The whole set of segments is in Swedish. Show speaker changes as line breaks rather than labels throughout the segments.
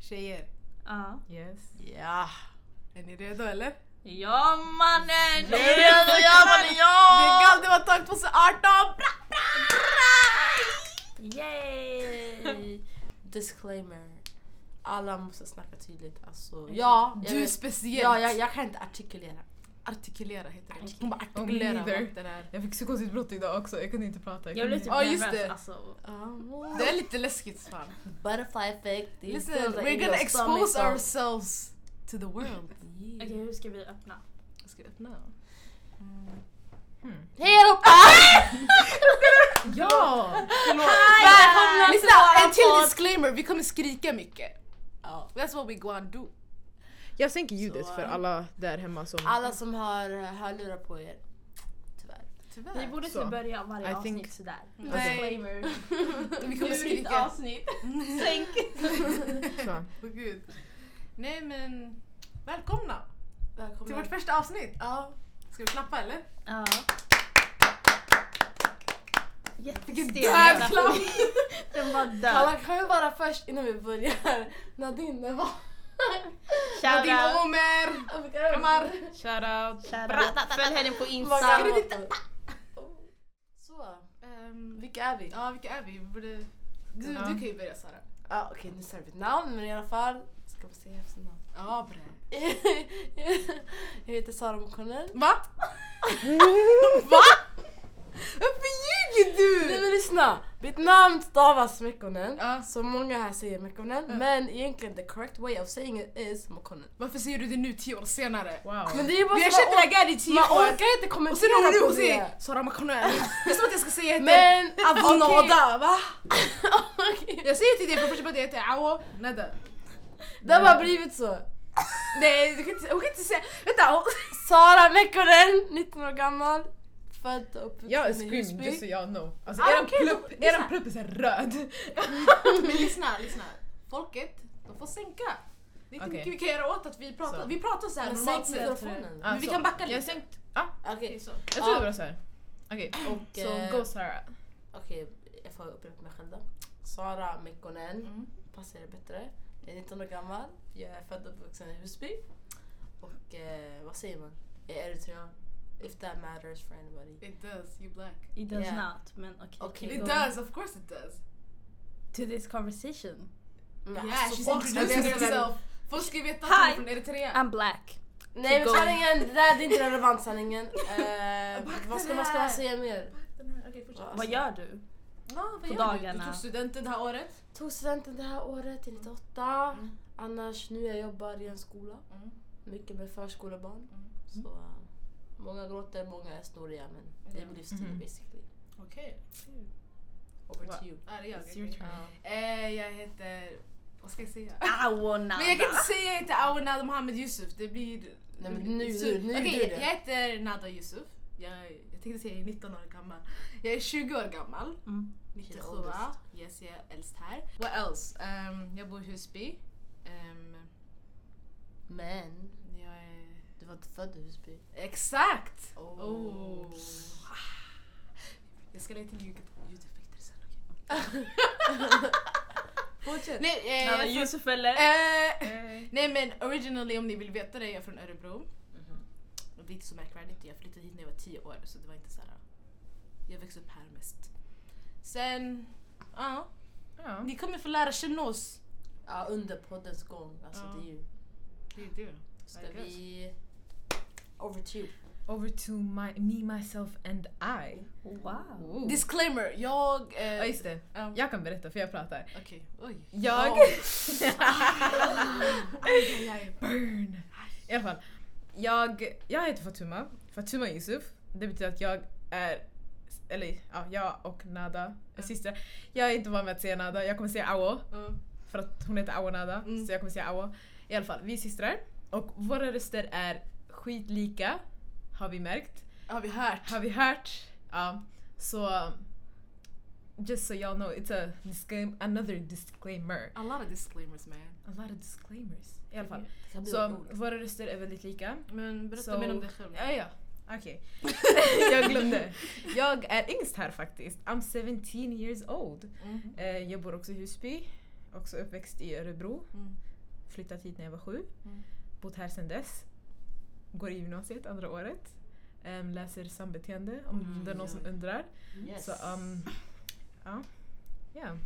Tjejer.
Ja.
Yes.
Ja. Är ni redo eller?
Ja mannen!
Det är redo, ja, mannen, Det kan alltid vara tag 2018! Bra!
Yay! Disclaimer. Alla måste snacka tydligt. Alltså, ja, jag
Du
vet.
speciellt!
ja, jag, jag kan inte artikulera.
Artikulera heter det. Hon
Artikulera.
bara artikulera
Oh, neither.
vad det är.
Jag fick psykosutbrott idag också. Jag kunde inte prata.
Jag blev typ
Ja, just
nervös
det.
alltså.
Det är lite läskigt fan.
Butterfly effect. it
Listen,
feels like
we're
in
gonna
your
expose
stomach.
ourselves to the world.
Yeah.
Okej hur ska vi öppna?
Ska vi öppna?
Hej
Ah,
allihopa!
Ja!
Välkomna
Lyssna, en till disclaimer, vi kommer skrika mycket.
Ja.
That's what we gonna do.
Jag sänker ljudet
Så,
för
eh,
alla där hemma som...
Alla som har eh, hörlurar på er. Tyvärr.
Vi borde inte
Så.
börja varje
I
avsnitt
think-
sådär.
Nej.
Disclaimer.
Vi kommer
Nu är det ett
skrika.
alltså.
avsnitt. Sänk!
Så.
Åh, gud. Nej men, välkomna till
Välkomna.
vårt första avsnitt.
Ja.
Ska vi klappa eller?
Ja.
Vilken
Jättestel.
död klapp!
Den var död.
Kalla, kan vi bara först innan vi börjar. Nadine, när var...
Nadine och
Shoutout.
Omer! Kramar!
Kammar.
Shoutout!
Shoutout. Följ henne på
Vad
Insta.
ska du titta? Så,
Ehm,
vilka är vi? Ja,
Ja vilka är vi? vi borde... Du,
Ja.
du kan ju börja Sara.
ah, okej nu säger vi ett namn men i alla fall. Ska vi se efternamn?
Ja bra.
jag heter Sara Mokonen.
Va?
Va?
Varför ljuger du?
Nej men lyssna! Mitt namn stavas Mekonen.
Ja.
Så många här säger Mekonen.
Ja.
Men egentligen the correct way of saying it is Mokonen.
Varför säger du det nu tio år senare?
Wow.
Men det är bara
Vi har
så
känt
man,
den här grejen i tio
man
år.
orkar inte
Och sen håller du
kommentera
och
på det.
säger Sara McConnell. Det är som att jag ska säga att
Men
Avonada va?
okej.
Jag säger till dig från första början att jag heter Awo Nada.
Det har bara blivit så.
Nej du kan inte, hon kan inte säga... Vänta! hon-
Sara Mekonen, 19 år gammal. Född och uppvuxen
Jag är
i
scream just so
Husby.
y'all know. Alltså
Ah,
eran
okej,
plupp,
då- det är så
eran plupp är såhär röd.
Men lyssna, lyssna. Folket, de får sänka. Det är inte
Okej.
mycket vi kan göra åt att vi pratar,
Så.
vi pratar så här
Men
normalt
sänk
sett.
mikrofonen.
Ah,
Men vi
så.
kan backa
Jag
lite.
sänkt... Ah,
Okej,
Okej, så.
jag trodde
Ah.
det var såhär. Okej,
Och, eh,
så go Sara.
Okej, jag får upprepa mig själv då. Sara Mekkonen,
Mm.
passar det bättre. Jag är 19 år gammal, jag är född och uppvuxen i Husby. Och eh, vad säger man? Jag är eritrean. If that matters for anybody.
It does, you black.
It does
Yeah.
not, men okej.
Okej.
keep
It
Go.
going.
does, of course it does.
To this conversation.
Men
Mm, Yeah,
alltså,
she's
folk ska
introducing
veta vem-
herself. Folk ska ju veta att
Hi.
hon är från Eritrea.
I'm black.
Nej men
Keep going.
sanningen, det där det är inte relevant sanningen. Eh,
Back
vad ska
det
man ska
där.
man säga mer?
Den här, Okej, fortsätt.
Alltså.
Vad gör du?
Ja, vad
På
gör du? Du
dagarna.
tog studenten det här året.
Alltså, Tog studenten det här året, jag är 98.
Mm.
Annars nu jag jobbar i en skola.
Mm.
Mycket med förskolebarn.
Mm.
Så, eh, många gråter, många är snoriga men det är min livsstil
Mm.
Mhm.
basically.
Okej,
Over
Wow.
to you.
är det jag?
It's your turn.
Ja.
Eh, jag heter... Vad ska jag säga?
Awonada.
Men jag kan inte säga jag heter Awanada Mohammed Yusuf, det blir...
Nej, men nu-
Så-
nu- nu är
Okej,
du det.
jag heter Nada Yusuf. Jag, jag tänkte säga jag är 19 år gammal. Jag är 20 år gammal.
Mm.
97
She's oldest.
Yes, jag är äldst här. What else? Ehm, jag bor i Husby. Ehm,
Men
jag är...
du var inte född i Husby.
Exakt!
Oh.
Oh. Jag ska lägga till ljud- ljudeffekter sen. okej?
Fortsätt.
Nej, eh, jag är
Nada
från-
Yusuf eller?
Eh, nej men originally om ni vill veta det, jag är från Örebro.
Mhm.
Och det är inte så märkvärdigt, jag flyttade hit när jag var 10 år så det var inte så här. Jag växte upp här mest. Sen, ja.
Ja.
Ni kommer få lära känna oss.
Ja, under poddens gång. Alltså
Ja.
det är ju...
Det är du.
Ska
Verkligen.
vi... Over to you.
Over to my, me, myself and I.
Wow.
Ooh.
Disclaimer, jag... Eh,
Ja just det,
ja,
jag kan berätta för jag pratar.
Okej, oj.
Jag...
Oj. Aj, aj, aj.
Burn! I alla fall. Jag, jag heter Fatuma. Fatuma Yusuf. Det betyder att jag är... Eller ja, jag och Nada är systrar. Jag är inte van med att säga Nada. Jag kommer säga Awo.
Ja.
För att hon heter Awo Nada.
Mm.
Så jag kommer säga Awo. I alla fall, vi är systrar. Och våra röster är skitlika. Har vi märkt.
Har vi hört?
Har vi hört. Ja. Så... Just so y'all know, it's a disclaim, another disclaimer.
A lot of disclaimers man.
A lot of disclaimers. I alla fall.
Det kan bli ett
Så
ord.
våra röster är väldigt lika.
Men berätta
So-
mer om dig själv.
Ja, ja. Okej. jag glömde. Jag är yngst här faktiskt. I'm 17 years old.
Mm.
Mm-hmm. Eh, jag bor också i Husby. Också uppväxt i Örebro.
Mm.
flyttat hit när jag var sju.
Mm.
Bott här sedan dess. Går i gymnasiet andra året. Ehm, läser sambeteende om
Mm,
det är någon
ja.
som undrar.
Yes.
Så um, ja. Yeah.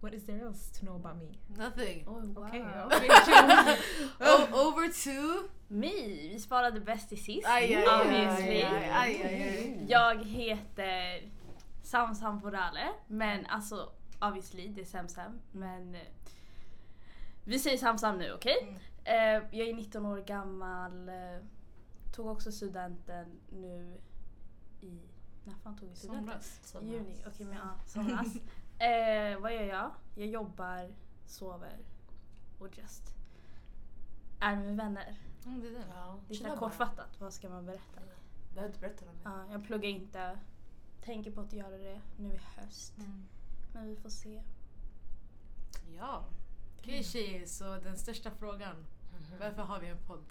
What is there else to know about me?
Nothing. Oh.
Oj, wow.
Okej, ja.
O- over to...
Me, vi sparade bäst i sist.
Aj, aj, aj,
obviously.
aj, aj, aj, aj,
Jag heter Sam Sam Porale, men alltså obviously det är Sam Sam. Men eh, vi säger Sam Sam nu, okej?
Mm.
Eh, jag är 19 år gammal, eh, tog också studenten nu i... När fan tog vi studenten?
Somras.
Som
Juni,
helst.
okej men ja, somras. eh, vad gör jag? Jag jobbar, sover och just är med vänner.
Mm, det är den.
Ja.
Det är så
Chilla
här
bara.
kortfattat, vad ska man berätta?
Behöver inte berätta något mer.
Ja, jag pluggar inte, tänker på att göra det nu i höst.
Mm.
Men vi får se.
Ja. Okej tjejer, så den största frågan.
Mm-hmm.
Varför har vi en podd?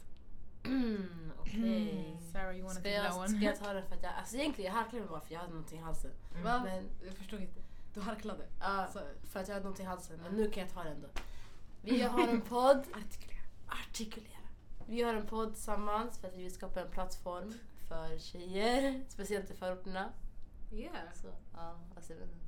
Mm, Okej.
Sarah, you wanna
Ska
take that
jag,
one?
ska jag ta den för att jag... Alltså egentligen, jag harklade mig bara för jag hade någonting i halsen.
Mm.
Va?
Men,
Jag förstod inte. Du harklade.
ja,
Alltså,
för att jag hade någonting i halsen. Men nu kan jag ta den då. Vi har en podd.
artikulera.
Artikulera. Vi har en podd tillsammans för att vi vill skapa en plattform för tjejer. Speciellt i förorterna.
Yeah.
Så, ja, alltså, jag vet inte.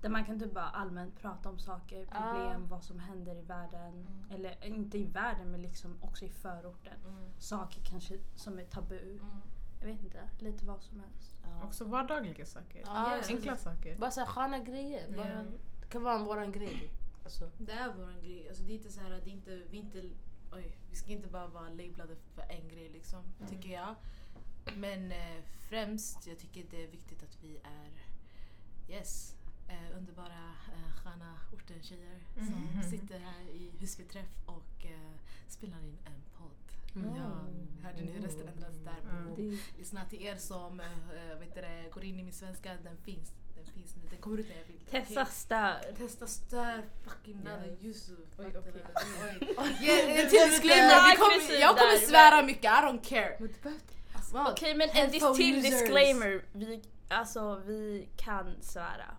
Där man kan typ bara allmänt prata om saker, problem,
Ja.
vad som händer i världen.
Mm.
Eller eh, inte i världen men liksom också i förorten.
Mm,
Saker kanske som är tabu.
mm,
Jag vet inte, lite vad som helst.
ja.
Också vardagliga saker.
Ja,
Yes.
alltså,
Enkla saker.
Bara såhär sköna grejer. Bara,
Ja.
Det kan vara våran grej. Alltså,
Det är vår grej. Alltså, det är inte så här att det är inte, vi inte... Oj, vi ska inte bara vara labelade för en grej liksom, tycker jag. Men eh, främst, jag tycker det är viktigt att vi är yes, eh, underbara, eh, sköna orten-tjejer
Mhm.
som sitter här i Husbyträff och eh, spelar in en podd.
Mm.
Ja, hörde ni hur rösten ändrades där?
Mm.
Lyssna till er som eh, vet du det, går in i min svenska, den finns. Den finns nu, den kommer ut när jag vill.
Testa stör.
Testa stör fucking nada
Yes.
Yusuf.
Oj,
Fattar
okej.
du? Oj.
Det
Yeah,
blev
till
lite-
disclaimer, vi
aggressiv
kommer, jag kommer
där,
svära mycket, I don't care.
Men du behöver inte...
Wow.
Okej men en dis-
Headphone
till
users.
disclaimer. Vi, alltså vi kan svära.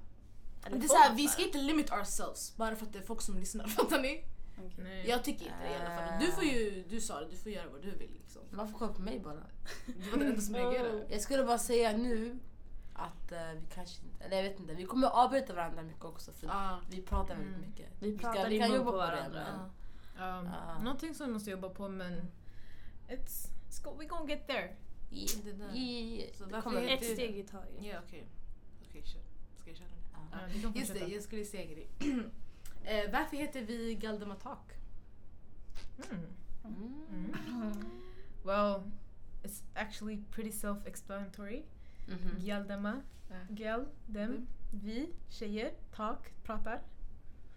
Eller
Det är
får
såhär,
man
vi
svära?
ska inte limit ourselves bara för att det är folk som lyssnar, fattar ni?
Okej.
Nej.
Jag tycker inte det i alla fall. Du får ju, du sa det, du får göra vad du vill liksom.
Man får kolla på mig bara.
Det var den enda som
Oh.
reagerade.
Mm. Jag skulle bara säga nu att eh, vi kanske inte... Eller jag vet inte. Vi kommer avbryta varandra mycket också. För
Ah,
Vi pratar väldigt
Mm.
mycket.
Vi
ska-
pratar i
kan
mun
jobba
på
det,
varandra.
men-
ah.
Um,
Ah.
Någonting som vi måste jobba på men it's, it's go, we gonna get there.
Yeah.
Det där.
Yeah, yeah, yeah.
Så
Det
varför
kommer-
heter-
Ett steg i taget.
Ja okej. Okej kör. Ska jag köra nu?
Ja.
Ja, du kan
Ah, Just
fortsätta.
det, jag skulle säga en grej. eh, varför heter vi Galdematak?
Mm.
Mm.
Mm. Well, it's actually pretty self-explanatory.
Mhm.
Gäldema,
Mm. Ja. Mm.
gäld, dem, vi, tjejer, tak, pratar.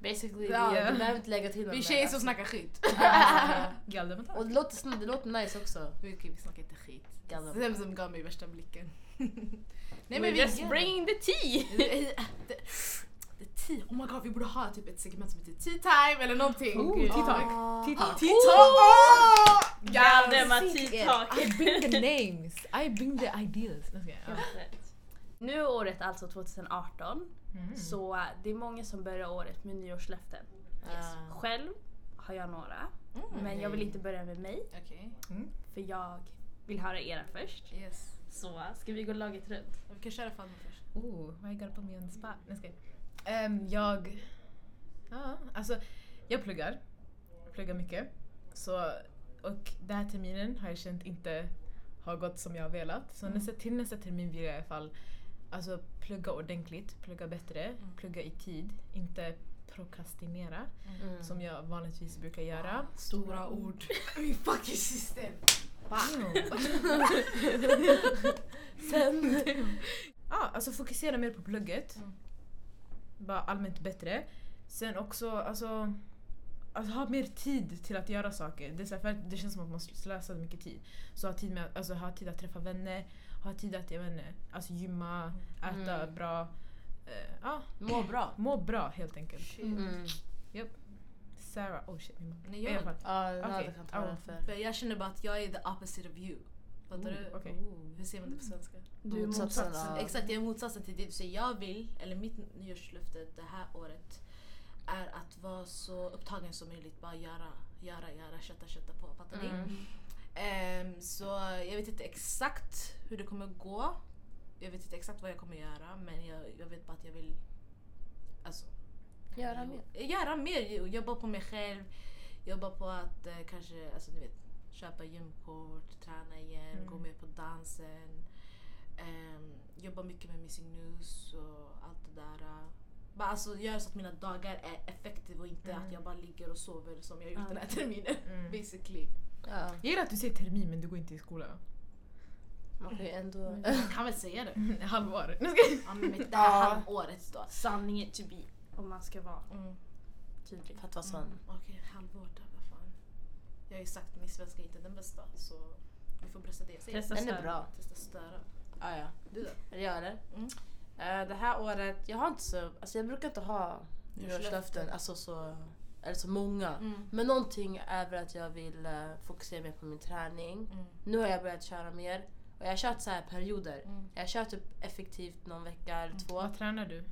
Basically,
Ja.
vi, vi behöver inte lägga till något
Vi
mer,
tjejer som
alltså.
snackar skit. Ah.
Gäldema, tak.
Och det låter, snabbt, det låter nice också.
Okej, vi snackar inte skit.
Galdem.
Vem som gav mig värsta blicken. Nej
Nej, men
men
We're
vi...
just bringing the tea!
Det- det- Tea, oh my god vi borde ha typ ett segment som heter tea time eller någonting.
Oh,
Gud.
tea talk.
Ah.
Tea talk.
Tea talk!
Galdemar tea
Musiken.
talk!
I bring the names, I bring the ideas. Nu ska jag- ja.
Helt rätt. Nu är året alltså 2018
Mm.
så eh, det är många som börjar året med nyårslöften.
Ah.
Själv har jag några
Mm.
men jag vill inte börja med mig
Okej,
Mm.
för jag vill höra era först.
yes.
Så ska vi gå laget runt?
Vi kan köra Fanny först.
Ooh, why you gotta put me on the spot? Nej, jag skojar. Ehm, jag... Ja, alltså jag pluggar. Jag pluggar mycket. Så, och den här terminen har jag känt inte har gått som jag har velat. Så nästa, till nästa termin vill jag i alla fall alltså, plugga ordentligt, plugga bättre, plugga i tid, inte prokrastinera
Mm.
som jag vanligtvis brukar göra.
Stora ord. Min fucking system.
Mm. Sen. Ja, alltså fokusera mer på plugget.
Mm.
Bara allmänt bättre. Sen också, alltså... Att ha mer tid till att göra saker. Det, är så här, för att det känns som att man slösar mycket tid. Så ha tid, med, att- alltså, ha tid att träffa vänner, ha tid att jag vet inte, alltså, gymma, äta
Mm.
bra. eh, Ja,
Må bra.
må bra helt enkelt.
Shit.
Mm.
Sarah, oh shit min mamma.
Nej,
I alla
jag,
fall.
Ja, den
Okej.
hade kan ta den
Ja.
för.
för jag känner bara att jag är the opposite of you. Fattar du?
Ooh, okej.
Hur säger man det på svenska?
Du är
Motsatsen
motsatsen.
av-
Exakt, jag är motsatsen till det du säger. Jag vill, eller mitt nyårslöfte det här året är att vara så upptagen som möjligt. Bara göra, göra, göra, kötta, kötta på. Fattar ni? Ehm, så jag vet inte exakt hur det kommer gå. Jag vet inte exakt vad jag kommer göra men jag, jag vet bara att jag vill alltså,
Göra mer.
göra mer. Jobba på mig själv. Jobba på att eh, kanske, alltså ni vet, köpa gymkort, träna igen,
Mm.
gå med på dansen. Ehm, jobba mycket med Missing News och allt det där. Bara alltså göra så att mina dagar är effektiva och inte
Mm.
att jag bara ligger och sover som jag gjort
Ja.
den här terminen.
Mm.
Basically.
Ja,
Jag gillar att du säger termin men du går inte i skolan.
man kan ju ändå...
Man kan väl säga det.
Halvår. Nu ska jag...
Ja, men med det här
Ja.
halvåret då.
Sanningen to be. Om man ska vara
Mm.
tydlig.
För att vara sån.
Okej, halvår då, vad fan. Jag har ju sagt min svenska är inte den bästa så vi får brösta det jag säger.
Testa
Den är
stöd.
bra.
Testa störa.
Ja, ja.
Du då?
Är det jag eller?
Mm.
Eh, det här året, jag har inte så... Alltså jag brukar inte ha nyårslöften. Alltså så... Eller så många.
Mm.
Men någonting är väl att jag vill eh, fokusera mer på min träning.
Mm.
Nu har jag börjat köra mer. Och jag har kört så här perioder.
Mm.
Jag kör typ effektivt någon vecka eller två.
Vad tränar du?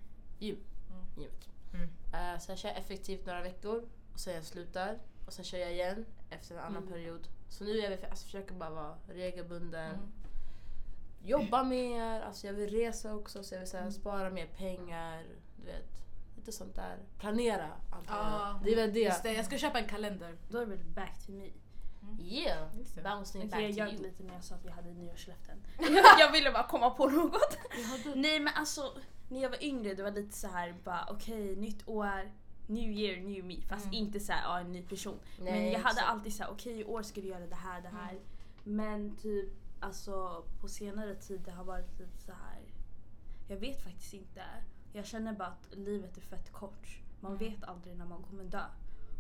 Gymmet.
Mm.
Eh, så jag kör effektivt några veckor. Och sen jag slutar. Och sen kör jag igen efter en annan
Mm.
period. Så nu är jag, alltså, försöker bara vara regelbunden.
Mm.
Jobba mer. Alltså jag vill resa också. Så jag vill så här,
Mm.
spara mer pengar. Du vet. Lite sånt där. Planera antar jag.
Ja.
Det är väl
Just
det.
det, jag ska köpa en kalender.
Då är det väl back to me.
Yeah.
Just det.
Bouncing
Okej, jag
back to
ljög
you.
lite när jag sa att jag hade nyårslöften. jag ville bara komma på något. Nej men alltså, när jag var yngre det var lite så här bara okej, nytt år, new year, new me. Fast
Mm.
inte så här, ja, en ny person. men
Nej,
jag hade
exakt. Mm.
alltid så här, okej i år ska du göra det här, det här. Men typ alltså på senare tid det har varit lite så här. jag vet faktiskt inte. Jag känner bara att livet är fett kort. Man
Mm.
vet aldrig när man kommer dö.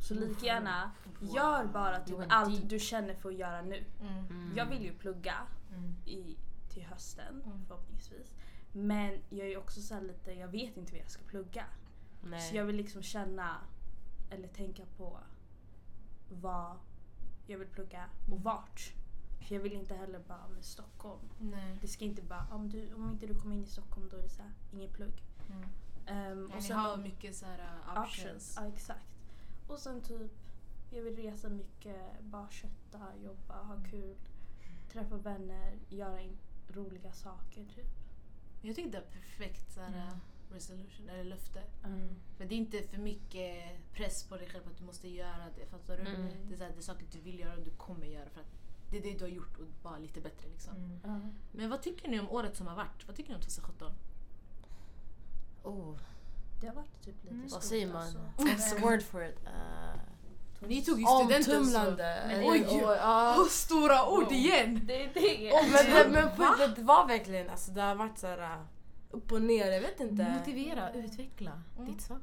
Så
Mm.
lika gärna,
Wow.
gör bara typ
You went
allt
deep.
du känner för att göra nu.
Mm.
Mm.
Jag vill ju plugga
Mm.
i, till hösten
Mm.
förhoppningsvis. Men jag är ju också så här lite, jag vet inte vad jag ska plugga.
Mm, Nej.
Så jag vill liksom känna eller tänka på vad jag vill plugga och vart. För jag vill inte heller bara med Stockholm.
Nej.
Det ska inte bara, om, du, om inte du kommer in i Stockholm då är det så här, ingen plugg.
Mm.
Ehm,
Och sen har mycket så här uh, options.
Ja exakt. Och sen typ, jag vill resa mycket, bara kötta, jobba, ha
Mm.
kul, träffa vänner, göra in roliga saker typ.
Jag tycker det är perfekt så här, uh, resolution eller löfte.
Mm.
För det är inte för mycket press på dig själv att du måste göra det. Fattar du?
Mm.
Det, är så här, det är saker du vill göra och du kommer göra för att det är det du har gjort och bara lite bättre liksom.
Mm.
Men vad tycker ni om året som har varit? Vad tycker ni om 2017?
Oh.
Det har varit typ lite
Mm.
stort
Vad säger man?
alltså.
What's the word for it? Uh,
Ni tog ju studenten så...
omtumlande.
Men
eller-
oj.
och- ja.
Åh, stora ord
Wow.
igen!
Det är det.
Om-
Men, men, men
Va?
på, det var verkligen, alltså det har varit såhär upp och ner, jag vet inte.
Motivera, utveckla
Mm.
ditt svar.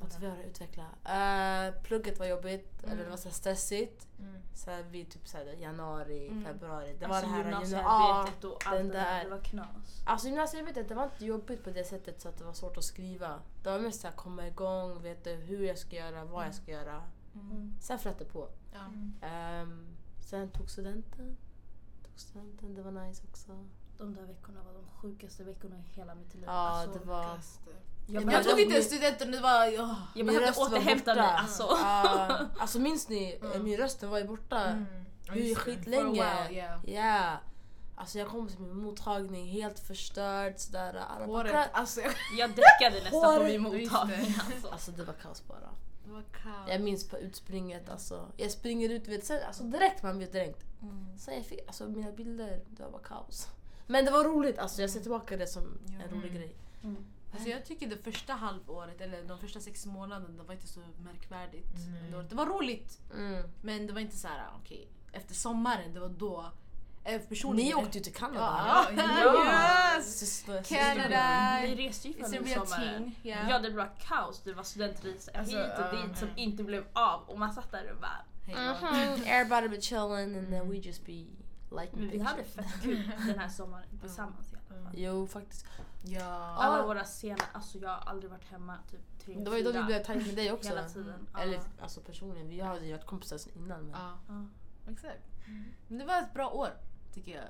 Motivera, utveckla. Uh, plugget var jobbigt,
Mm.
eller det var så här stressigt.
Mm.
Så här, vi typ så här, januari,
Mm.
februari. Det
Alltså
var det här gymnasiearbetet.
gymnasiearbetet och allt
den
det där.
där.
Det var knas.
Alltså gymnasiearbetet, det var inte jobbigt på det sättet så att det var svårt att skriva. Det var mest såhär komma igång, veta hur jag ska göra, vad jag ska göra.
Mm.
Sen flöt det på.
Ja.
Ehm, sen tog studenten. Tog studenten, det var nice också.
De där veckorna var de sjukaste veckorna i hela mitt liv.
Ja,
Alltså,
det var...
jag,
men
Jag
behövde-
tog inte
min-
studenten, det var... ja.
jag
min
behövde
röst var
återhämta mig
borta.
alltså.
Ja, alltså minns ni?
Mm.
Min röst den var ju borta.
Mm. Ja,
Hur
just det.
For a
skitlänge.
while, yeah.
Ja. Alltså jag kom till min mottagning helt förstörd sådär. Alla bara,
Håret,
"Klar."
alltså... jag-
Jag däckade nästan på
Håret-
min
Just
mottagning alltså.
Alltså det var kaos bara.
Det var kaos.
Jag minns på utspringet alltså. Jag springer ut du vet, sen, alltså direkt man blir dränkt.
Mm.
Sen jag fick, alltså mina bilder, det var bara kaos. Men det var roligt alltså. Jag ser tillbaka det som
Ja.
en rolig
Mm.
grej.
Mm.
Alltså jag tycker det första halvåret, eller de första sex månaderna, det var inte så märkvärdigt.
Nej.
Det var- Det var roligt,
Mm.
men det var inte så här, ah, okej. Efter sommaren, det var då... eh, Personligen...
Ni åkte ju till Kanada.
Ja,
Ja.
yes!
Syster-
Canada!
Typ, Vi reste ju
It's a
förra
real
sommaren.
thing.
Ja det var kaos, det var studentresa
Alltså,
hit och dit
ja.
som inte blev av och man satt där och bara
Hej då.
Mhm, Everybody be chilling and then we just be like
Men vi hade fett kul den här sommaren tillsammans i alla fall.
Jo faktiskt.
Ja.
Alla
Ja.
våra scener, alltså jag har aldrig varit hemma typ tre,
Det var ju då vi
fyra
blev tajt med dig också.
hela tiden. Ja.
Eller alltså personligen, vi hade ju varit kompisar sen innan men.
Ja,
Ja.
exakt. Men det var ett bra år, tycker jag.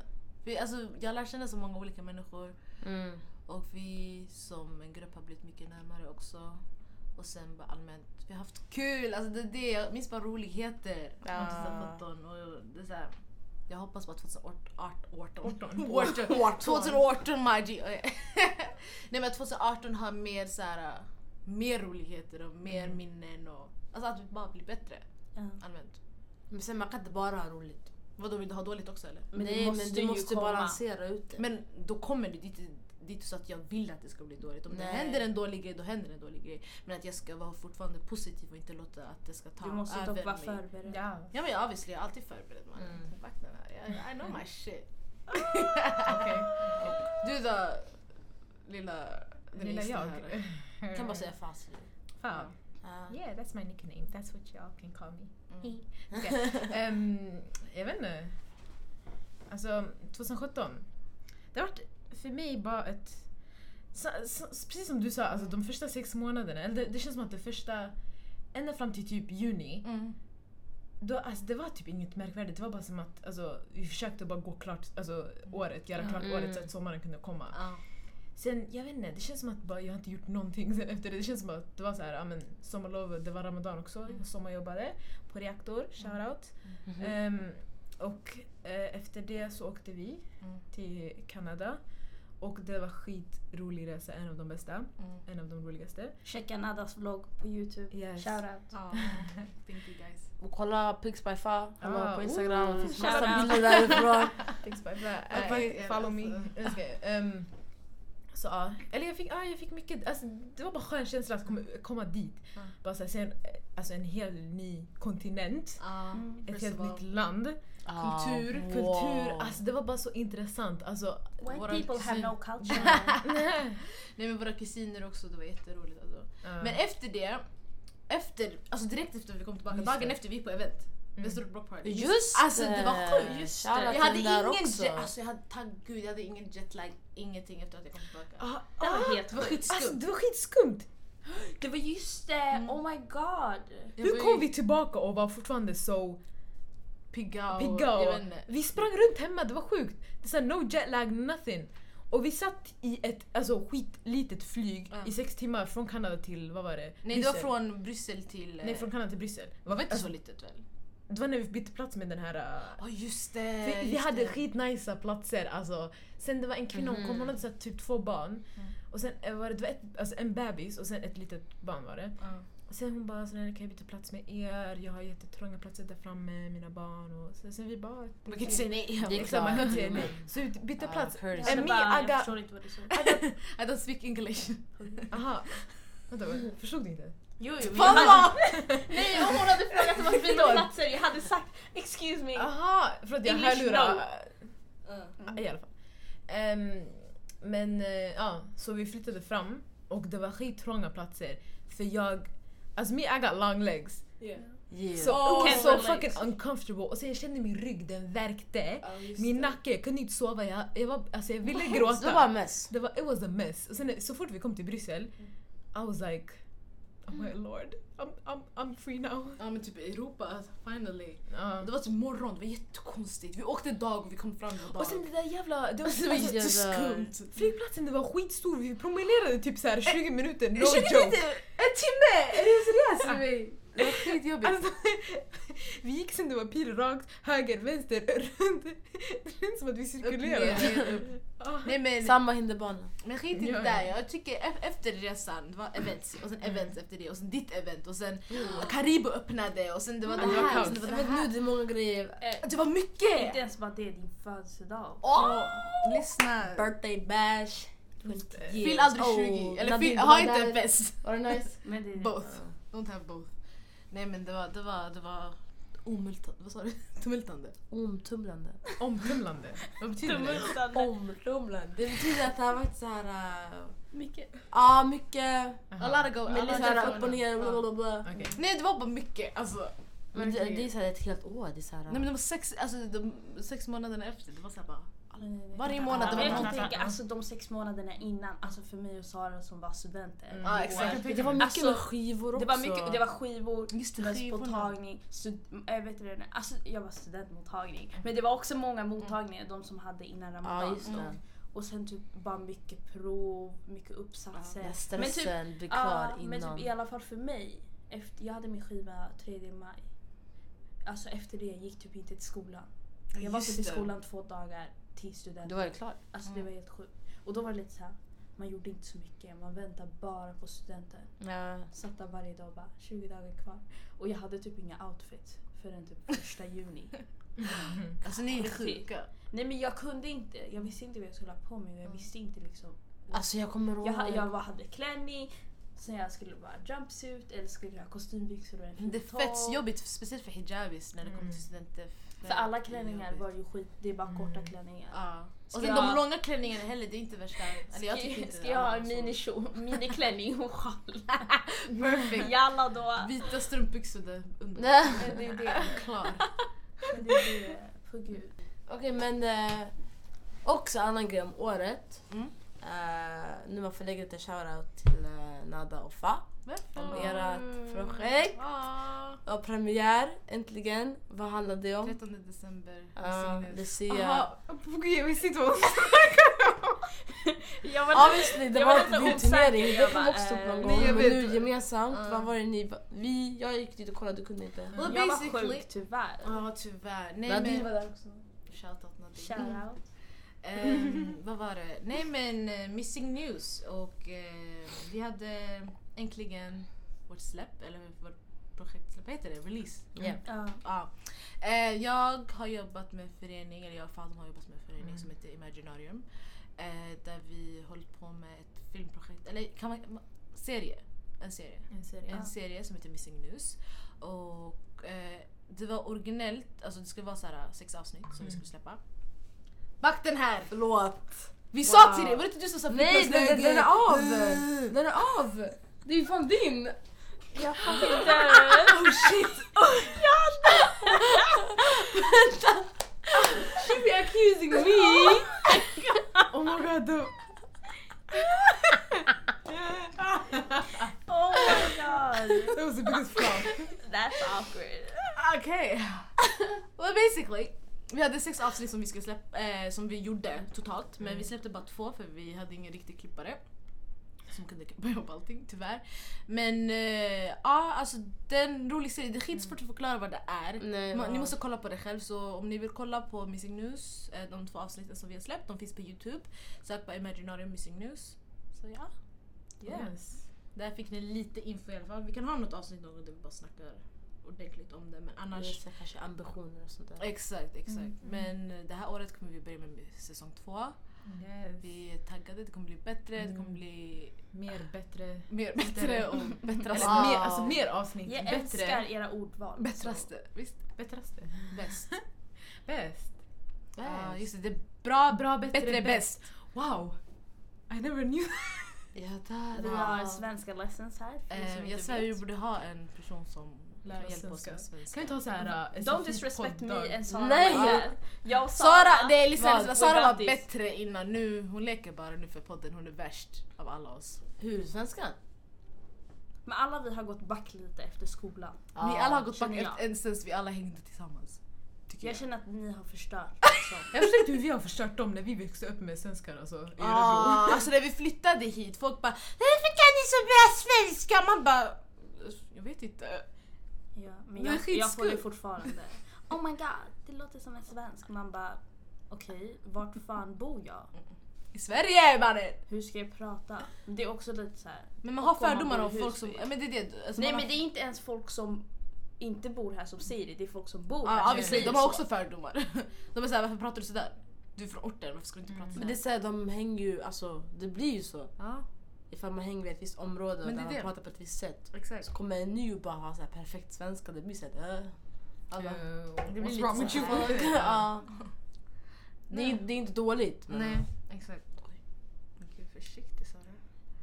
För, alltså, jag lär känna så många olika människor.
Mm.
Och vi som en grupp har blivit mycket närmare också. Och sen bara allmänt, vi har haft kul. Alltså det är det, jag minns bara roligheter.
Ja.
från 2017 och det är så här, jag hoppas bara 2018. 2018 my G. Nej men 2018 har mer så här, äh, mer roligheter och mer minnen och alltså att vi bara blir bättre allmänt.
Men sen man kan inte bara ha roligt.
Vadå vill du ha dåligt också eller?
Men det
Nej
måste
men du
ju
måste
komma.
balansera ut det.
Men då kommer det dit, dit så att jag vill att det ska bli dåligt. Om det
Nej.
händer en dålig grej, då händer en dålig grej. Men att jag ska vara fortfarande positiv och inte låta att det ska ta
Du måste dock
över
vara
mig.
förberedd.
Ja.
Ja men jag obviously, jag är alltid förberedd man.
Mm.
Vakna där. Jag- I know my shit.
Okej.
Du då, lilla
Lilla
Denise,
jag.
det här.
Jag kan bara säga fast.
Fan.
Ja.
Yeah, that's my nickname. That's what y'all can call me.
Mm.
Okej, ehm, jag vet inte. Alltså 2017. Det har varit för mig bara ett... Så, så, precis som du sa, alltså, de första sex månaderna, eller det, det känns som att det första... Ända fram till typ juni,
Mm.
då, alltså, det var typ inget märkvärdigt. Det var bara som att alltså, vi försökte bara gå klart alltså, året, göra klart
Mm.
året så att sommaren kunde komma.
Ja.
Sen, jag vet inte, det känns som att bara, jag har inte gjort någonting sen efter det. Det känns som att det var så här, ja, men, sommarlov, det var ramadan också.
Mm.
Jag sommarjobbade på Reaktor, shoutout.
Mm-hmm.
Ehm, och eh, efter det så åkte vi
Mm.
till Kanada. Och det var skitrolig resa, en av de bästa.
Mm.
En av de roligaste.
Checka Nadas vlogg på youtube.
Yes.
Shoutout.
Ja. Thank you guys.
Och kolla Pigs by Far. Han var
Ah,
på Instagram. Det finns massa
Shoutout.
bilder därifrån.
Thanks bye bye.
Okej,
Eh, follow me.
alltså.
Jag ska, ehm, så ja, eller jag fick, ja, jag fick mycket, alltså, det var bara skön känsla att komma, komma dit.
Ja.
Bara så här, se en, alltså, en hel ny kontinent.
Ja.
Mm.
ett
First
helt
of all.
nytt land. Kultur,
Ah, wow.
kultur. Alltså det var bara så intressant. Alltså,
White
Våran
people have
kusin.
no culture.
Nej men våra kusiner också, det var jätteroligt alltså.
ja.
Men efter det, efter, alltså direkt efter vi kom tillbaka,
Just
dagen
det.
efter vi gick på event.
Mm.
Västerås Block Party.
Just
Alltså det var sjukt!
Just
Jag
det.
hade
Där
ingen
också.
jet, alltså jag hade, tack gud, jag hade ingen jetlag, ingenting efter att jag kom tillbaka.
Ah,
Det
ah,
var helt
Det var
sjukt.
skitskumt.
alltså det var skitskumt.
Det var just det! Oh my god!
Jag
Hur
var
kom
ju
vi tillbaka och var fortfarande så
pigga och...
pigga?
jag
Och
vet inte.
vi sprang runt hemma, det var sjukt. Det är så här, no jetlag, nothing. Och vi satt i ett alltså, skitlitet flyg
Ja.
i sex timmar från Kanada till, vad var det?
Nej det var
Bryssel.
från Bryssel till... eh,
Nej, från Kanada till Bryssel.
det var väl inte
alltså-
så litet väl?
Det var när vi bytte plats med den här... äh,
Ja just det!
För vi
just
hade
det. Mhm.
skitnice platser alltså. Sen det var en kvinna, hon kom, hon hade så här, typ två barn.
Mm.
Och sen eh, var det, det var ett, alltså en bebis och sen ett litet barn var det.
Ja.
Och sen hon bara sådär, kan jag byta plats med er? Jag har jättetrånga platser där framme, mina barn och sen, sen vi bara...
Man kan inte säga nej. liksom.
Det är
Exakt, man kan inte
klart.
säga nej. Så vi bytte
Ah,
plats.
courtesy.
Jag,
Eh,
hade
me,
bara,
I
jag
got-
förstår inte vad du sa.
I don't speak English.
Aha. Vänta, vad- förstod ni inte?
Jo, jo,
Fan
jag
vad!
hade, nej, om hon hade frågat om att byta
Förlåt.
platser, jag hade sagt excuse me.
Aha, förlåt jag
English,
hörlurar.
no.
Ja, I alla fall. Ehm, men eh, ja, så vi flyttade fram och det var skittrånga platser. För jag, alltså me I got long legs.
Yeah.
Så,
Oh,
oh,
can
så
relate.
fucking uncomfortable. Och sen jag kände min rygg, den värkte. Min nacke, jag kunde inte sova. Jag, jag, var, alltså jag ville
Så det var
gråta.
mess.
Det var, it was a mess. Och sen så fort vi kom till Bryssel, I was like Oh my lord, I'm, I'm, I'm free now.
Ja men typ Europa, alltså, finally.
Ja.
Det var typ morgon, det var jättekonstigt. Vi åkte dag och vi kom fram på dag.
Och sen det där jävla... Det var,
Alltså, det var
alltså,
jätteskumt.
Flygplatsen det var skitstor, vi promenerade typ så här
Eh,
20 minuter, no
20
joke.
minuter?
En timme! Är du seriös?
Det var skitjobbigt.
Alltså, vi gick sen det var pil rakt, höger, vänster, runt. Det känns som att vi cirkulerade. Ah.
Nej men,
Samma hinderbana.
men skit i
Ja,
det
ja.
där. Jag tycker e- efter resan, det var events och sen events efter det och sen ditt event och sen Karibo öppnade och sen det var det
Mm, det var
här och
kaos.
sen det var
Jag
det
vet nu
här.
det är många grejer.
Eh,
Det var mycket!
inte ens bara det, din födelsedag.
Åh! Lyssna.
Birthday bash.
Fyll aldrig 20. Eller fyll, ha inte en fest.
Var det nice?
Men det,
Both. Don't have both. Nej men det var, det var, det var omultande. Vad sa du? Tumultande.
Omtumlande.
Omtumlande. Vad betyder det?
Tumultande.
Omtumlande. Det betyder att det har varit så här. äh,
Mycket.
Ja, mycket.
Aha.
A lot of go.
Men
a
det är
lot
så
of
här
go.
upp och ner. Bla,
Ja.
bla, bla.
Okej.
Nej det var bara mycket alltså.
Men det,
Verkligen.
det är så här ett helt år. Det är så här,
Nej men det var sex, alltså, de, sex månaderna efter, det var såhär bara... Varje
Ja,
månad det
men
var
jag kan
någonting.
tänka, alltså de sex månaderna innan, alltså för mig och Sara som var studenter.
Mm.
Ja,
Jag
exakt.
kan tänka
det var mycket
Alltså,
med skivor också.
Det var mycket, det var skivor,
Just det, skivorna.
studentmottagning, stud, äh, vet du, det, Mm. alltså, jag var studentmottagning. Men det var också många mottagningar, de som hade innan
Ja,
ramadan.
just det.
Och sen typ bara mycket prov, mycket uppsatser.
När stressen blir kvar
typ- Ja, men
inom.
typ i alla fall för mig. Efter, jag hade min skiva 3 maj. Alltså efter det gick typ inte till skolan. Jag var
Just
typ i
det.
skolan två dagar till studenten.
Då var liksom- det klart.
Alltså det
Mm.
var helt sjukt. Och då var det lite så här. man gjorde inte så mycket. Man väntade bara på studenten.
Ja.
Satt där varje dag och bara 20 dagar kvar. Och jag hade typ inga outfits förrän typ första juni.
Alltså ni är
Riktigt.
sjuka.
Nej men jag kunde inte. Jag visste inte vad jag skulle ha på mig. och Jag
Mm.
visste inte liksom.
Alltså jag kommer ihåg.
Jag, ha- jag bara hade klänning. Sen jag skulle vara jumpsuit eller skulle jag ha kostymbyxor och en fin
Det är
topp.
fett jobbigt, speciellt för hijabis när det kommer
Mm.
till studenter.
För alla
Fett
klänningar
jobbigt.
var ju skit. Det är bara korta
Mm.
klänningar.
Ja. Och
Ska
sen
jag-
de långa klänningarna heller, det är inte värsta. Eller jag tycker inte det
ska
Alltså.
jag ha
alla
en
så.
minikjol- miniklänning och sjal?
Perfect.
Jalla då!
Vita strumpbyxor där under.
Nej.
Men det är det.
Klar.
Men det är det. På gud.
Okej men eh, också annan grej om året.
Mm.
Eh, nu man får lägga lite shoutout till eh, Nada och Fa om
Varför?
ert projekt.
Ah,
Och premiär äntligen. Vad handlar det om?
13 december.
Uh,
Signes.
Lucia.
Jaha, gud jag visste inte vad hon
Jag
Obviously det
jag
var
var
inte
lite
din
osäker.
turnering, det
Jag
kom
bara,
också upp någon
eh,
gång.
nej, jag
Men
vet.
nu gemensamt,
Ja.
vad var det ni... Vi, jag gick dit och kollade, du kunde inte.
Well,
jag var
basically-
sjuk tyvärr.
Ja, tyvärr. Nej,
Nadine
men...
var där också.
Shoutout Nadine.
Shoutout.
Ehm, vad var det? Nej men eh, Missing News och eh, vi hade äntligen vårt släpp, eller vårt projektsläpp, vad heter det? Release? Mm.
Ja.
Ja.
Ja. Eh, jag har jobbat med en förening, eller jag och Fatima har jobbat med en förening
Mm.
som heter Imaginarium. Eh, där vi hållit på med ett filmprojekt, eller kan man, serie. En serie.
sa.
En serie som heter Missing News. Och eh, det var originellt, alltså det skulle vara så här, sex avsnitt som vi
Mm.
skulle släppa. Back den här!
Förlåt.
Vi sa
Wow.
till dig, var det inte du som sa
Nej den, den, den är av!
Uh.
Den är av! Det är ju fan din!
Jag fattar
Oh shit! She be accusing me!
Oh my god, då-
Oh my god.
that was the biggest flop.
That's awkward.
Okej. well basically, vi hade sex avsnitt som vi, skulle släppa, eh, som vi gjorde totalt men vi släppte bara två för vi hade ingen riktig klippare. Som kunde klippa ihop allting, tyvärr. Men eh, ja, alltså den rolig serie, det är skitsvårt att förklara vad det är.
Nej,
Ma-
ja.
Ni måste kolla på det själv så om ni vill kolla på Missing News, eh, de två avsnitten som vi har släppt, de finns på Youtube. Sök på Imaginarium Missing News. Så ja. Yeah. Där fick ni lite info i alla fall. Vi kan ha något avsnitt någon gång där vi bara snackar ordentligt om det men annars
Annars kanske ambitioner och sånt där.
Exakt, exakt. Men eh, det här året kommer vi börja med säsong två. Vi är taggade, det kommer bli bättre, det kommer
Mm.
bli
Mer bättre.
mer bättre och bättre.
Eller
Wow.
mer, alltså, mer avsnitt.
Jag älskar
bättre.
era ordval. så-
Bättraste, visst?
Bättraste.
Bäst.
Bäst.
Ja,
Bäst.
just det. det är bra, bra,
Bra,
bättre,
bättre,
bäst.
Wow. I never knew.
Ja, där.
Vi
Wow.
har svenska lessons här. för er som
Eh,
inte
Jag svär vi
vet.
borde ha en person som
Lär
kan
oss
hjälpa oss
svenska.
med
Kan
svenska.
vi ta såhär... Uh,
Don't disrespect me and Sara.
Nej!
Maria. Jag och
Sara, det är
Vad?
liksom, Sara var
Grattis.
bättre innan, nu, hon leker bara nu för podden, hon är värst av alla oss.
Hur? Svenskan?
Men alla vi har gått back lite efter skolan.
Ni alla har gått
känner
back
jag.
en sens vi alla hängde tillsammans. Tycker
Jag
jag.
känner att ni har förstört. Alltså.
Jag förstår inte hur vi har förstört dem när vi växte upp med svenskar alltså, i Örebro.
Ah, alltså när vi flyttade hit, folk bara Varför kan ni så bra svenska? Man bara Jag vet inte.
Ja, men
Men
jag, jag
skitskumt.
får det fortfarande. Oh my god, det låter som en svensk. Man bara, okej, vart fan bor jag?
I Sverige mannen!
Hur ska jag prata? Det är också lite så här.
Men man har
Och om man
fördomar
bor i
om folk
Husby.
som... Ja, men det är det. Alltså,
Nej
man
men det
har,
är inte ens folk som inte bor här som säger det, det är folk som bor här.
ah,
som
obviously,
säger
de har
så.
också fördomar. De är såhär, varför pratar du sådär? Du är från orten, varför ska du inte prata
Men
sådär?
det är såhär, de hänger ju, alltså det blir ju så.
Ja,
Ifall man hänger vid ett visst område och
Men det
där
är
man
det.
pratar på ett visst sätt.
exakt.
Så kommer en ny och bara ha så här perfekt svenska, det blir såhär... Äh. Alla.
Eh,
blir
what's
lite
wrong with
så
you?
här.
ja. det, är, det är inte dåligt men...
Nej, exakt. Men Gud, försiktig Sara.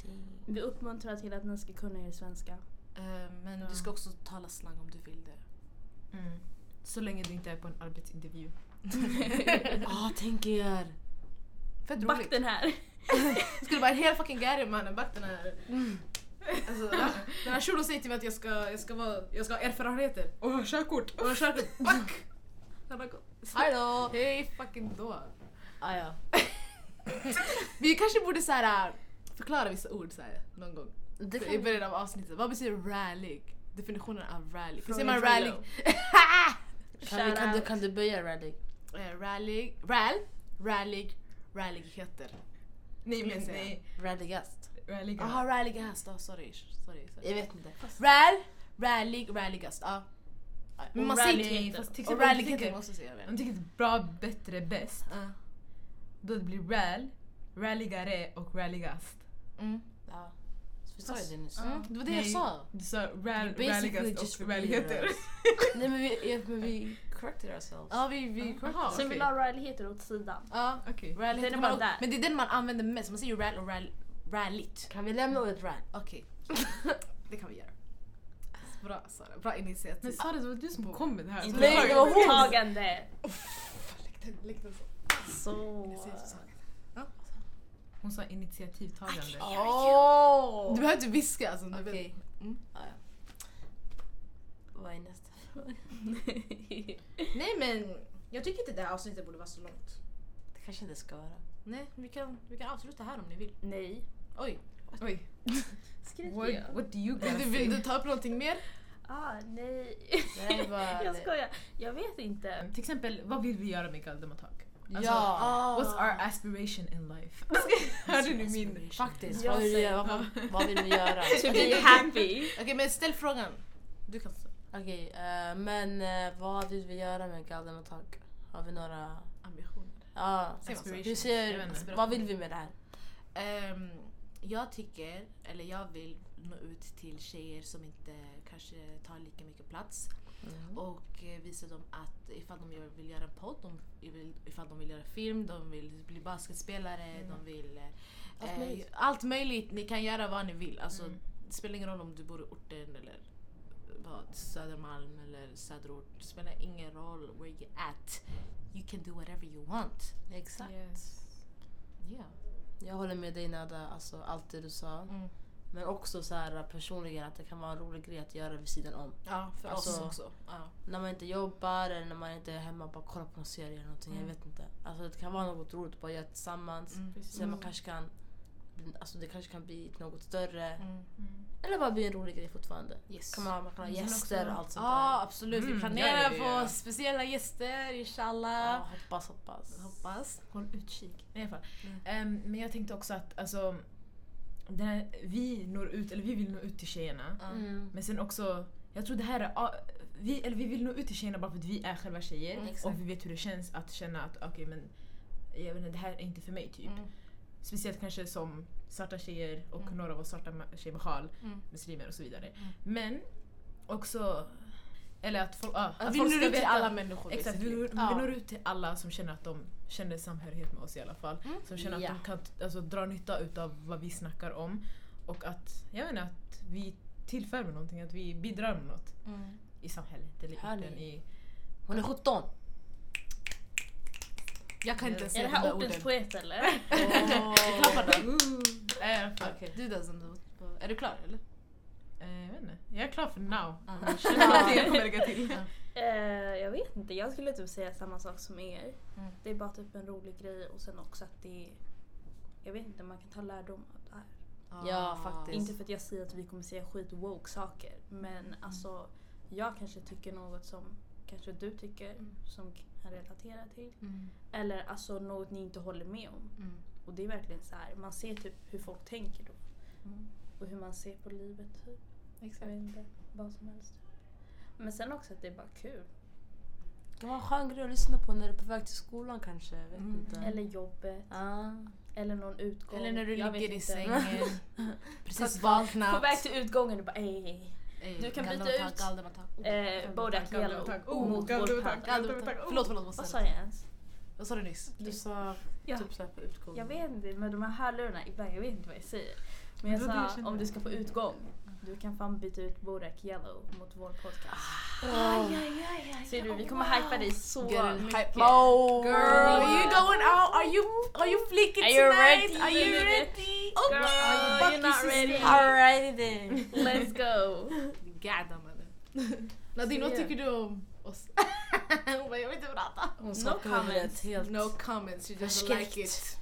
Det-
Vi uppmuntrar till att ni ska kunna er svenska.
Eh, men
Ja.
du ska också tala slang om du vill det.
Mm. Så länge du inte är på en arbetsintervju.
Ja, tänk er!
Fett
Back
roligt.
den här!
Skulle vara en hel fucking gäri mannen, back den här.
Mm.
Alltså, den här shunon säger till mig att jag ska, jag ska, vara, jag ska ha erfarenheter.
Åh, körkort!
Och jag körde back! Han bara,
Hej då!
Hej fucking då.
Ah, ja.
Vi kanske borde så här, äh, förklara vissa ord så här, någon gång.
Det
I
kan
början av avsnittet. Vad betyder rally? Definitionen av rally. Hur
Fråga
säger man
Jojo.
rally?
Kan, vi, kan, du,
Shoutout.
kan du böja Raddick?
Eh, rally, ral, rally, rallyheter.
Nej
Skulle jag
men
säga.
nej.
Raddigast?
Rally
Jaha, rallygast. Ah, sorry. sorry,
Jag
sorry.
vet inte.
Ral, rally, rallygast. Ah. Men
Och
man säger
rallyheter.
inte-
Fast till
Och
exempel om du
rallyheter
tycker,
måste säga väl.
om du tycker bra, bättre, bäst.
Ah.
Då det blir RAL, ralligare och ralligast.
Mm.
Ja. Vi sa ju
Fast-
det nyss.
Mm. Det var det jag
Nej.
sa.
Du sa RAL,
Basically
ralligast
just
och ralligheter.
repeated Nej men vi, ja, men vi corrected ourselves.
Ja, vi... vi
Jaha,
Sen vi
okej.
la rallyheter åt sidan.
ja.
Okej.
Rally,
Den är
kan
bara
man-
där.
Men det är den man använder mest. Man säger ju rall och rall, rallyt.
Kan vi lämna ordet rad?
Okej. det kan vi göra. Alltså, Bra Sara, bra
Men
initiativ.
Sara det var du som kom med det här.
Nej, det var hon.
Tagande. Så...
Hon sa initiativtagande.
Du behöver inte viska alltså.
Okej.
Okay. Mm.
Ja, ja. Vad är nästa fråga?
Nej men, jag tycker inte det här avsnittet borde vara så långt.
Det kanske inte ska vara.
Nej, vi kan, vi kan avsluta här om ni vill.
Nej.
Oj.
Oj,
Skriv
what, what do you guys
Du, vill du
think?
ta upp någonting mer?
Ah, nej.
Nej, vad-
jag skojar. Jag vet inte.
Till exempel, vad vill vi göra med Galdem Attack? Alltså,
ja!
Ah.
What's our aspiration in life? Alltså, Hörde ni min?
Faktiskt.
Jag
Vad vill, vi
säger-
göra? vad, vad vill vi göra?
To be happy.
Okej men ställ frågan. Du kan ställa.
Okej, eh, men eh, vad vill vi göra med Galden och Tak? Har vi några...
Ambitioner.
Ja,
Säger man så?
hur
Jag vet
ser...
inte.
Vad vill vi med det här?
Ehm, jag tycker, eller jag vill nå ut till tjejer som inte kanske tar lika mycket plats
Mm.
och eh, visa dem att ifall de gör- vill göra en podd, de vill, ifall de vill göra film, de vill bli basketspelare, de vill... eh,
Allt
eh,
möjligt.
allt möjligt. Ni kan göra vad ni vill. Alltså,
Mm.
Det spelar ingen roll om du bor i orten eller eh, vad, Södermalm eller Söderort. Det spelar ingen roll where you at. You can do whatever you want.
Exakt.
Yeah.
Jag håller med dig Nada, alltså allt det du sa.
Mm.
Men också så här personligen att det kan vara en rolig grej att göra vid sidan om.
Ja, för oss
Alltså-
också. Ja.
När man inte jobbar eller när man inte är hemma bara kolla på en serie eller någonting.
Mm.
Jag vet inte. Alltså det kan vara något roligt att bara göra tillsammans.
Mm.
Sen man kanske kan... Alltså det kanske kan bli något större.
Mm.
Eller bara bli en rolig grej fortfarande.
Yes.
Kan man, man kan ha
Men sen
gäster
också-
och allt
Ja,
sånt där.
absolut.
Mm,
vi planerar
gör det.
på speciella gäster,
Ja,
inshallah.
hoppas, hoppas.
Hoppas.
Håll utkik. I alla fall.
Mm.
Ehm, men jag tänkte också att alltså, den här, vi når ut, eller vi vill nå ut till tjejerna.
Mm.
Men sen också, jag tror det här är... a- Vi, eller vi vill nå ut till tjejerna bara för att vi är själva tjejer.
Mm, exakt.
och vi vet hur det känns att känna att okej men jag vet inte, det här är inte för mig typ.
Mm.
Speciellt kanske som svarta tjejer och
Mm.
några av oss svarta ma- tjejer med sjal,
Mm.
muslimer och så vidare. Men också... Eller att folk, ah,
Att
att
vi
folk
når
ska
ut till
veta-
alla människor.
Exakt, vi,
basically.
når-
Ja.
vi når ut till alla som känner att de känner samhörighet med oss i alla fall.
Mm.
Som känner att
Ja.
de kan t- alltså, dra nytta utav vad vi snackar om. Och att, jag menar, att vi tillför med någonting, att vi bidrar med något
Mm.
i samhället eller i
Hör ni?
orten. I,
Hon är 17!
Jag kan inte ens
Är det
säga de
här
där
ortens
orden.
poet eller?
Vi klappar den.
Ooh, i alla fall.
Du där som du... Är du klar eller?
Eh, jag vet inte. Jag är klar för now.
Annars.
Någonting jag kommer lägga till.
Eh, jag vet inte, jag skulle typ säga samma sak som er.
Mm.
Det är bara typ en rolig grej och sen också att det är... Jag vet inte, man kan ta lärdom av det här.
Ah.
Ja, faktiskt.
Inte för att jag säger att vi kommer säga skit woke saker men alltså jag kanske tycker något som kanske du tycker
Mm.
som kan relatera till.
Mm.
Eller alltså något ni inte håller med om.
Mm.
Och det är verkligen så här, man ser typ hur folk tänker då.
Mm.
Och hur man ser på livet typ. Jag
Exakt.
vet inte, vad som helst. Men sen också att det är bara kul.
Det kan vara en skön grej att lyssna på när du är på väg till skolan kanske. Jag vet
Mm.
inte.
Eller jobbet.
Ah.
Eller någon utgång.
Eller när du
Jag
ligger
vet
i
inte.
sängen, precis vaknat.
På väg till utgången och bara ej, ej, ej.
Ey,
Du kan
Galdem
byta
attack,
ut-
Galdem attack. Oh,
Eh, Bodak Yellow.
Oh,
mot
Galdem
vår
attack,
pant.
Galdem
attack,
attack.
oh.
Förlåt, förlåt. Vad
Vad
sa
sa
du?
jag ens?
Vad sa du nyss?
Du sa
Ja.
typ såhär på utgången.
Jag vet inte, med de här hörlurarna ibland, jag vet inte vad jag säger. Men
Men
jag
det var det jag
sa
kände.
om du ska på utgång, du kan fan byta ut Bodak Yellow mot vår podcast.
Åh.
Ah. Ser du, vi kommer hypa dig så
Girl,
mycket.
hype. Oh,
Girl.
you going out? Are you are you flicking
Are you
tonight?
ready? Oh,
Are you
Girl,
ready?
Girl, you're not ready.
Alrighty then.
Let's go.
Gada mannen. Nadine, vad
Så,
tycker du om oss? Hon bara, jag vill inte prata.
Hon
No
skakar huvudet
comments.
helt.
No comments, she doesn't
Förskräckt.
like it.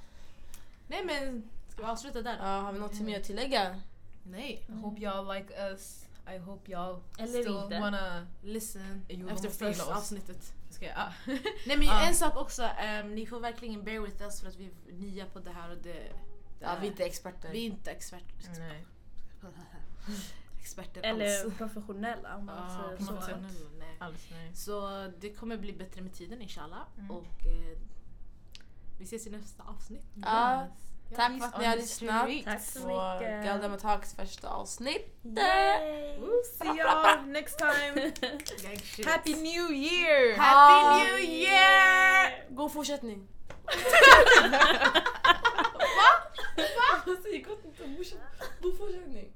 Nej men, ska vi avsluta där
Ja,
då?
har vi något mer att tillägga?
Nej.
I
Mm.
hope y'all like us. I hope y'all
Eller
still
inte.
wanna...
Listen.
Jo, de
Efter
måste gilla
första
oss.
avsnittet.
Ska jag, ah.
Nej men
Ja.
en sak också, ehm, ni får verkligen bear with us för att vi är nya på det här och det... det
Ja,
är-
vi är inte experter.
vi är inte experter.
Nej.
Experter
Eller
alls.
professionella om man
Ja,
säger
på något
så.
sätt. Nej.
Alls nej.
Så det kommer bli bättre med tiden inshallah.
Mm.
Och eh, vi ses i nästa avsnitt.
Ja,
Ja,
tack
peace
för att
on
ni har
the
lyssnat
street.
Tack så
på
mycket.
Galda Mataks första avsnitt.
Yay!
See y'all next time.
Gang shit.
Happy New Year!
Happy
New Year!
God fortsättning! Va? Säg gott nytt och god fortsättning!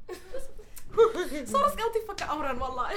Sara ska alltid fucka auran wallah.